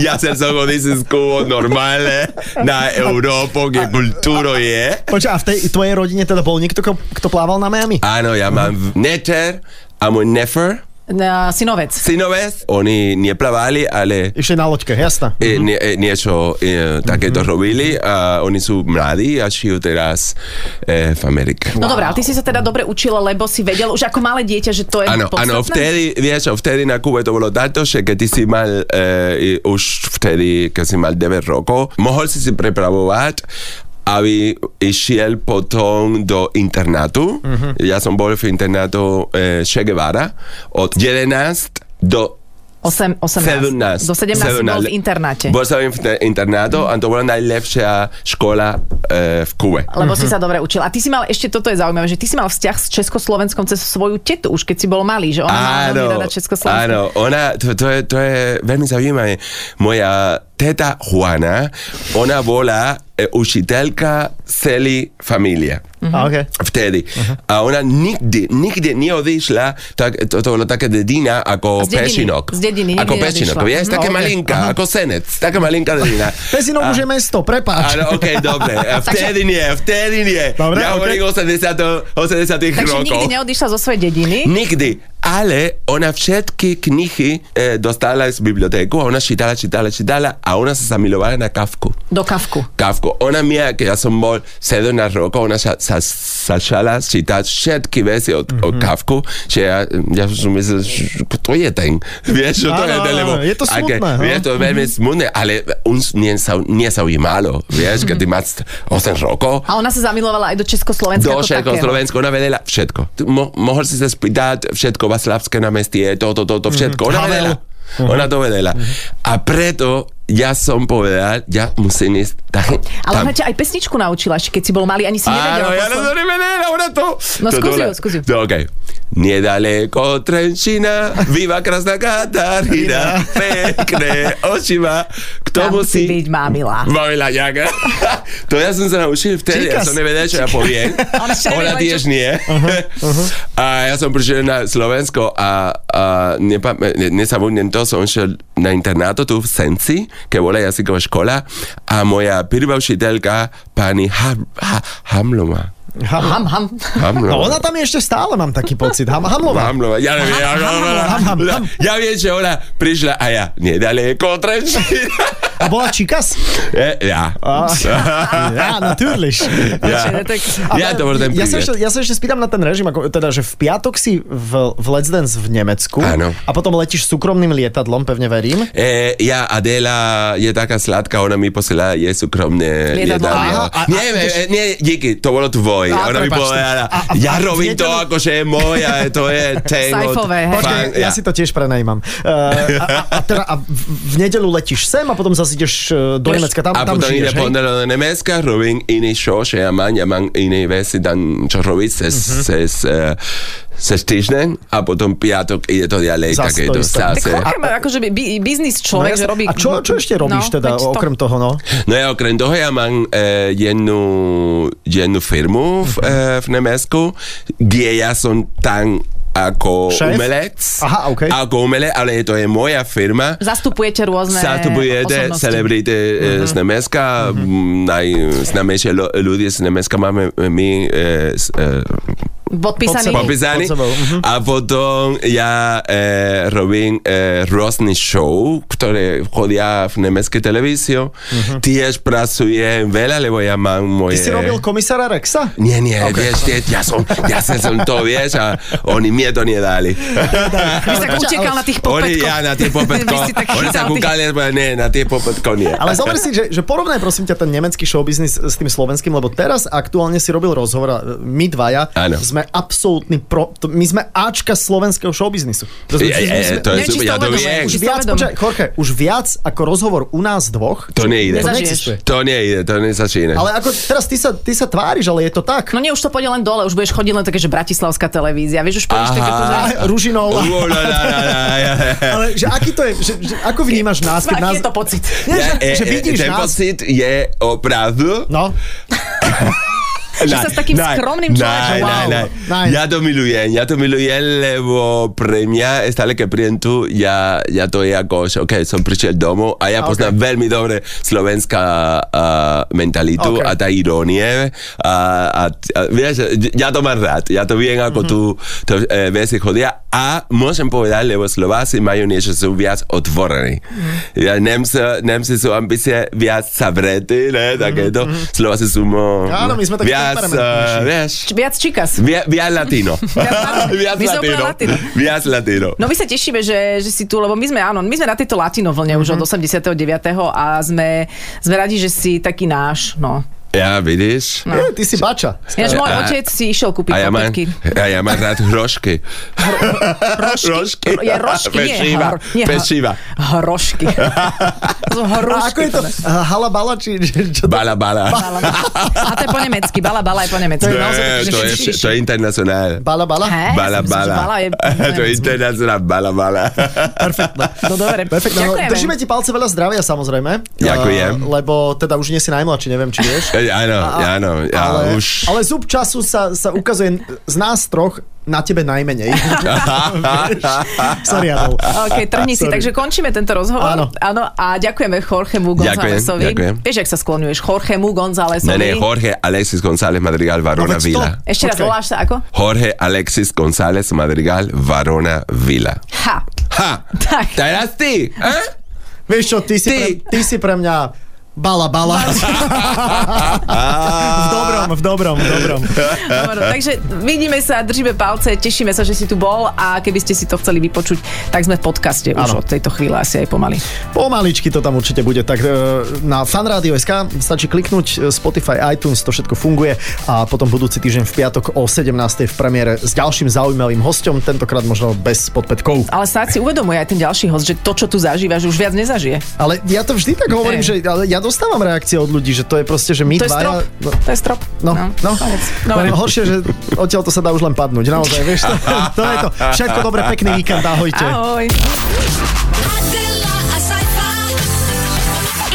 Speaker 3: ja som som odísť z Kubo normálne eh, na Európu, kde kultúro je.
Speaker 4: Počkaj, a v tej tvojej rodine teda bol niekto, ko- kto plával na Miami?
Speaker 3: Áno, Ah, ja mám neter a môj nefer,
Speaker 2: Na synovec.
Speaker 3: synovec, oni neplavali, ale
Speaker 4: Išli na loďke, jasná.
Speaker 3: e, nie, e, niečo e, takéto robili a oni sú mladí a žijú teraz e, v Amerike.
Speaker 2: No dobré, ale ty si sa teda dobre učila, lebo si vedel už ako malé dieťa, že to je
Speaker 3: Áno,
Speaker 2: podstatné.
Speaker 3: áno, vtedy, vieš, vtedy na Kube to bolo takto, že keď ty si mal e, i už vtedy, keď si mal 9 rokov, mohol si si prepravovať aby išiel potom do internátu. Uh-huh. Ja som bol v internátu e, Che Guevara od 11 do
Speaker 2: 8, 18.
Speaker 3: 17.
Speaker 2: Do 17, si bol v internáte.
Speaker 3: Bol som v inter- internátu a to bola najlepšia škola e, v Kube.
Speaker 2: Lebo si sa dobre učil. A ty si mal, ešte toto je zaujímavé, že ty si mal vzťah s Československom cez svoju tetu, už keď si bol malý, že ona mala veľmi rada Československo.
Speaker 3: áno, ona, to, to, je, to je veľmi zaujímavé. Moja teta Juana, ona bola e, učiteľka celý familie.
Speaker 4: A, OK.
Speaker 3: Vtedy.
Speaker 2: Mhm.
Speaker 3: A ona nikdy, nikdy neodišla, tak, to, to bolo také dedina ako
Speaker 2: Z dediny,
Speaker 3: pešinok.
Speaker 2: z dediny nikdy
Speaker 3: Ako pešinok,
Speaker 2: neodišla.
Speaker 3: vieš,
Speaker 4: No,
Speaker 3: také
Speaker 4: ok,
Speaker 3: malinka, ako senec, taká malinka dedina.
Speaker 4: Pezinok
Speaker 3: A-
Speaker 4: už je mesto, prepáč.
Speaker 3: Áno, ok, dobre. A Vtedy nie, vtedy nie.
Speaker 4: Dobre,
Speaker 3: ja
Speaker 4: ok.
Speaker 3: hovorím 80, 80
Speaker 2: Takže
Speaker 3: rokov.
Speaker 2: nikdy neodišla zo svojej dediny.
Speaker 3: Nikdy. Ale ona všetky knihy e, dostala z biblioteku a ona čítala, čítala, čítala a ona sa zamilovala na Kafku.
Speaker 2: Do kavku.
Speaker 3: Kafku. Ona mia, keď ja som bol 17 rokov, ona sa, sa, začala čítať všetky veci od, mm-hmm. od Kafku, že ja, ja som myslel, že to je ten. Vieš, čo to
Speaker 4: Áno,
Speaker 3: je ten,
Speaker 4: áno,
Speaker 3: lebo...
Speaker 4: je to
Speaker 3: a keď-
Speaker 4: smutné, Ah, no.
Speaker 3: Vieš, to je veľmi smutné, ale uns nezau, nezaujímalo, vieš, keď ty máš 8 rokov,
Speaker 2: A ona sa zamilovala aj do Československa. ako
Speaker 3: do
Speaker 2: takého.
Speaker 3: Československo, ona vedela všetko. Mo, mohol si sa spýtať všetko vaslavské na mestie, to, to, to, to všetko. Ona
Speaker 4: Havel.
Speaker 3: vedela. Ona to vedela. A preto ja som povedal, ja musím ísť tam.
Speaker 2: Ale
Speaker 3: tam.
Speaker 2: ona ťa aj pesničku naučila, ešte keď si bol malý, ani si nevedel.
Speaker 3: Áno,
Speaker 2: ako
Speaker 3: ja
Speaker 2: sa-
Speaker 3: to nevedela, ona to...
Speaker 2: No,
Speaker 3: to, to
Speaker 2: skúsi
Speaker 3: ona-
Speaker 2: ju, skúsi ju.
Speaker 3: No, okay. Nedaleko Trenčina, viva krásna Katarina, pekné očima, k
Speaker 2: Tam
Speaker 3: tomu
Speaker 2: musí byť
Speaker 3: si...
Speaker 2: mámila.
Speaker 3: Bavila ďaká. to ja som sa naučil vtedy, ja
Speaker 4: Číkas.
Speaker 3: som nevedel, čo ja poviem.
Speaker 2: Ona ešte
Speaker 3: Ona
Speaker 2: nevedela,
Speaker 3: tiež
Speaker 2: čo-
Speaker 3: nie. a ja som prišiel na Slovensko a, a nepam- ne- nezabudnem to, som šiel na internáto tu v Senci, keď bola jazyková škola a moja prvá učiteľka, pani Ham, ha, Hamlova.
Speaker 2: Ham, ham.
Speaker 3: Hamlova.
Speaker 4: No ona tam je ešte stále, mám taký pocit. Ham, Hamlová.
Speaker 3: Hamlova. Ja neviem, ja,
Speaker 4: Ham, ham, ham.
Speaker 3: ja viem, že ona prišla a ja, nedaleko Trenčína.
Speaker 4: A bola Čikas?
Speaker 3: E, ja.
Speaker 4: A, ja, natürlich.
Speaker 2: Počkaj,
Speaker 3: Ja,
Speaker 2: tak-
Speaker 3: ja to bol ten
Speaker 4: ja, sa
Speaker 3: príbeh.
Speaker 4: ešte, ja sa ešte spýtam na ten režim, ako, teda, že v piatok si v, v Let's Dance v Nemecku
Speaker 3: Áno.
Speaker 4: a potom letíš súkromným lietadlom, pevne verím.
Speaker 3: E, ja, Adela je taká sladká, ona mi posiela jej súkromné
Speaker 2: Lietadlo.
Speaker 3: lietadlo.
Speaker 4: Aha, a-
Speaker 3: Nie,
Speaker 4: a-
Speaker 3: e, e, nie, díky, to bolo tvoje.
Speaker 4: A,
Speaker 3: Ona mi
Speaker 4: prepáčte.
Speaker 3: povedala,
Speaker 4: A- a-
Speaker 3: ja
Speaker 4: a-
Speaker 3: robím to,
Speaker 4: lietadlo-
Speaker 3: akože je moja, e, to je ten od-
Speaker 2: Sajfové, hej.
Speaker 3: fan-
Speaker 4: Počkaj, ja. ja si to tiež prenajímam. Uh, a, a, a, teda, a v, v nedelu letíš sem a potom zase ideš eh, do Nemecka, tam,
Speaker 3: a
Speaker 4: tam
Speaker 3: potom ide
Speaker 4: žiješ, hej?
Speaker 3: pondelo do Nemecka, robím iný show, že ja mám, ja mám iné veci tam, čo robiť cez,
Speaker 4: Mhm.
Speaker 3: uh-huh. cez, uh, cez týždeň a potom piatok ide to ďalej,
Speaker 4: Zas
Speaker 3: také to
Speaker 4: to isté.
Speaker 2: Tak
Speaker 3: zase.
Speaker 2: chlapem, akože by, biznis človek, že
Speaker 4: jasne.
Speaker 2: robí...
Speaker 4: No, a čo, čo ešte robíš no, teda
Speaker 2: veď to-
Speaker 4: okrem toho, no?
Speaker 3: No ja okrem toho ja mám eh, jednu, jednu firmu v, eh, v Nemecku, kde ja som tam ako
Speaker 4: Šéf?
Speaker 3: umelec.
Speaker 4: Aha, ok.
Speaker 3: Ako umelec, ale to je moja firma.
Speaker 2: Zastupujete rôzne
Speaker 3: Zastupujete
Speaker 2: osobnosti.
Speaker 3: celebrity mm-hmm. z Mm, Nemecka, mm-hmm. najznámejšie ľudia eh, z Nemecka máme my e, s- e,
Speaker 2: Podpísaný.
Speaker 4: Pod sebou.
Speaker 3: Popísaný.
Speaker 4: Pod sebou, mhm.
Speaker 3: A potom ja e, robím e, rôzne show, ktoré chodia v nemecké televíziu. Tiež pracujem veľa, lebo ja mám moje...
Speaker 4: Ty si robil komisára Rexa?
Speaker 3: Nie, nie, vieš, tiež, ja som, ja som, som to, vieš, a oni mne to nedali.
Speaker 2: Vy si tak
Speaker 4: Počkaj,
Speaker 2: utekal
Speaker 4: ale-
Speaker 2: na tých
Speaker 3: Oni,
Speaker 2: popetkoch.
Speaker 3: ja na tie popetko,
Speaker 2: Vy si tak
Speaker 3: oni sa
Speaker 2: chytal tých-
Speaker 3: kúkali, lebo nie, na tie popetko nie.
Speaker 4: Ale zober si, že, že porovnaj prosím ťa ten nemecký showbiznis s tým slovenským, lebo teraz aktuálne si robil rozhovor a e, my dvaja
Speaker 3: Áno.
Speaker 4: sme absolútni pro... to- My sme Ačka slovenského showbiznisu.
Speaker 3: Je,
Speaker 4: Rozumieš? My
Speaker 3: je,
Speaker 4: sme-
Speaker 3: to je
Speaker 2: Nie,
Speaker 3: super,
Speaker 2: čisto
Speaker 3: ja to
Speaker 2: uvedomujem,
Speaker 3: viem.
Speaker 4: už
Speaker 2: čisto
Speaker 4: viac,
Speaker 2: uvedom.
Speaker 4: počkaj, Jorge, už viac ako rozhovor u nás dvoch.
Speaker 3: To nejde.
Speaker 4: To
Speaker 2: Nezažiješ.
Speaker 4: neexistuje.
Speaker 3: To nie, to nezačína.
Speaker 4: Ale ako teraz ty sa, ty sa tváriš, ale je to tak.
Speaker 2: No nie, už to pôjde len dole, už budeš chodiť len také, že bratislavská televízia, vieš, už pôjdeš také,
Speaker 3: Aha.
Speaker 2: že...
Speaker 4: A Ružinov.
Speaker 3: Uú, la, la, la, la, la.
Speaker 4: Ale že aký to je, že, že ako vnímaš nás, keď
Speaker 2: Aký
Speaker 4: nás...
Speaker 2: je to pocit?
Speaker 4: Nie, že,
Speaker 3: Je-
Speaker 4: že
Speaker 3: je-
Speaker 4: vidíš
Speaker 3: e, ten
Speaker 4: nás.
Speaker 3: pocit je opravdu...
Speaker 4: No,
Speaker 2: Že sa s takým skromným človekom,
Speaker 3: nej, nej,
Speaker 4: wow.
Speaker 3: nej.
Speaker 4: Nice.
Speaker 3: Ja to milujem, ja to milujem, lebo pre mňa stále, keď prídem tu, ja, ja to je ako, že OK, som prišiel domov a ja
Speaker 4: A,
Speaker 3: poznám
Speaker 4: Ah, ok.
Speaker 3: veľmi dobre slovenská uh, mentalitu
Speaker 4: Ok.
Speaker 3: a tá ironie. A, a, a vieš, ja to mám rád, ja to viem, ako tu to, eh, veci chodia. A môžem povedať, lebo Slováci majú niečo, sú viac otvorení. Ja, Nemci, Nemci sú ambície viac zavretí, ne, takéto. Slováci sú mo,
Speaker 4: Áno, my sme takí
Speaker 3: viac,
Speaker 4: temperamentnejší.
Speaker 3: eh, vieš,
Speaker 2: Či- Viac čikas.
Speaker 3: Via, via latino. Via
Speaker 2: Mi sopra latino.
Speaker 3: Via latino.
Speaker 2: No my sa tešíme, že, že si tu, lebo my sme, áno, my sme na tejto latino vlne
Speaker 3: Mhm.
Speaker 2: už od 89. a sme, sme radi, že si taký náš, no.
Speaker 3: Ja, vidíš?
Speaker 4: no. ty si bača.
Speaker 2: Ináč môj
Speaker 3: A-
Speaker 2: otec si išiel kúpiť
Speaker 3: A ja, mám,
Speaker 2: popetky.
Speaker 3: a ja mám rád hrošky. Rožky? rožky.
Speaker 2: Ja, rožky, nie,
Speaker 3: Pečiva.
Speaker 2: hor- nie, hor-
Speaker 3: Pečiva.
Speaker 2: Hrošky. To sú
Speaker 4: A
Speaker 2: Hrošky.
Speaker 4: ako je to?
Speaker 2: podľa-
Speaker 4: eh, Halabala, či... či- čo to-
Speaker 3: Bala, bala.
Speaker 2: Bala, bala. A to je po nemecky, bala, bala je po nemecky.
Speaker 3: To
Speaker 2: Naozaj
Speaker 3: je,
Speaker 2: že
Speaker 3: to je,
Speaker 2: širšie.
Speaker 3: to je internacionál.
Speaker 4: Bala, bala?
Speaker 2: Hé, ja
Speaker 3: Bala,
Speaker 2: som myslela, že bala
Speaker 3: bala.
Speaker 2: je po
Speaker 3: To je
Speaker 2: nemecky.
Speaker 3: internacionál. Bala, bala.
Speaker 4: Perfektné.
Speaker 2: No dobre,
Speaker 4: Perfektné. No,
Speaker 2: ďakujeme.
Speaker 4: držíme ti palce veľa zdravia, samozrejme.
Speaker 3: Ďakujem.
Speaker 4: Eh, lebo teda už nie si najmladší, neviem, či vieš.
Speaker 3: Eh, Áno,
Speaker 4: A-
Speaker 3: áno. Ja
Speaker 4: ale,
Speaker 3: už...
Speaker 4: ale zub času sa, sa ukazuje z nás troch na tebe najmenej. Sorry, Adol.
Speaker 2: OK, trhni si.
Speaker 4: Sorry.
Speaker 2: Takže končíme tento rozhovor.
Speaker 4: Áno.
Speaker 2: Áno a ďakujeme Jorgemu
Speaker 3: Ďakujem,
Speaker 2: Gonzálesovi.
Speaker 3: ďakujem.
Speaker 2: Vieš, ak sa skloňuješ? Jorgemu Gonzálesovi.
Speaker 3: Ne, ne, Jorge Alexis González Madrigal,
Speaker 4: No,
Speaker 3: Varona
Speaker 4: veď to-
Speaker 3: Vila.
Speaker 2: Ešte raz,
Speaker 4: Počkaj.
Speaker 2: voláš sa ako?
Speaker 3: Jorge Alexis González Madrigal, Varona Vila.
Speaker 2: Ha.
Speaker 3: Ha!
Speaker 2: Tak.
Speaker 3: Teraz ty! Eh?
Speaker 4: Vieš čo, ty si,
Speaker 3: Ty.
Speaker 4: Pre, ty si pre mňa bala, bala. v dobrom, v dobrom, v dobrom.
Speaker 2: Dobre, takže vidíme sa, držíme palce, tešíme sa, že si tu bol a keby ste si to chceli vypočuť, tak sme v podcaste
Speaker 4: Áno.
Speaker 2: už od tejto chvíle asi aj pomaly.
Speaker 4: Pomaličky to tam určite bude, tak e, na fanradio.sk stačí kliknúť e, Spotify, iTunes, to všetko funguje a potom budúci týždeň v piatok o 17.00 v premiére s ďalším zaujímavým hostom, tentokrát možno bez podpätkov.
Speaker 2: Ale snáď si uvedomuje aj ten ďalší host, že to, čo tu zažívaš, už viac nezažije.
Speaker 4: Ale ja to vždy tak hovorím,
Speaker 2: Hej.
Speaker 4: že ale ja dostávam reakcie od ľudí, že to je proste, že my
Speaker 2: To je strop.
Speaker 4: dvaja... No,
Speaker 2: To je strop.
Speaker 4: No, no.
Speaker 2: Dobre.
Speaker 4: Len horšie, že odtiaľ to sa dá už len padnúť, naozaj, vieš, to, to je to. Všetko dobre, pekný víkend, ahojte.
Speaker 2: Ahoj.
Speaker 5: Adela, a sci-fi.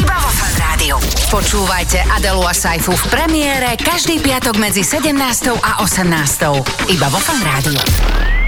Speaker 1: Iba vo Fan Rádiu. Počúvajte Adelu a Saifu v premiére každý piatok medzi 17. a 18. Iba vo Fan Rádiu.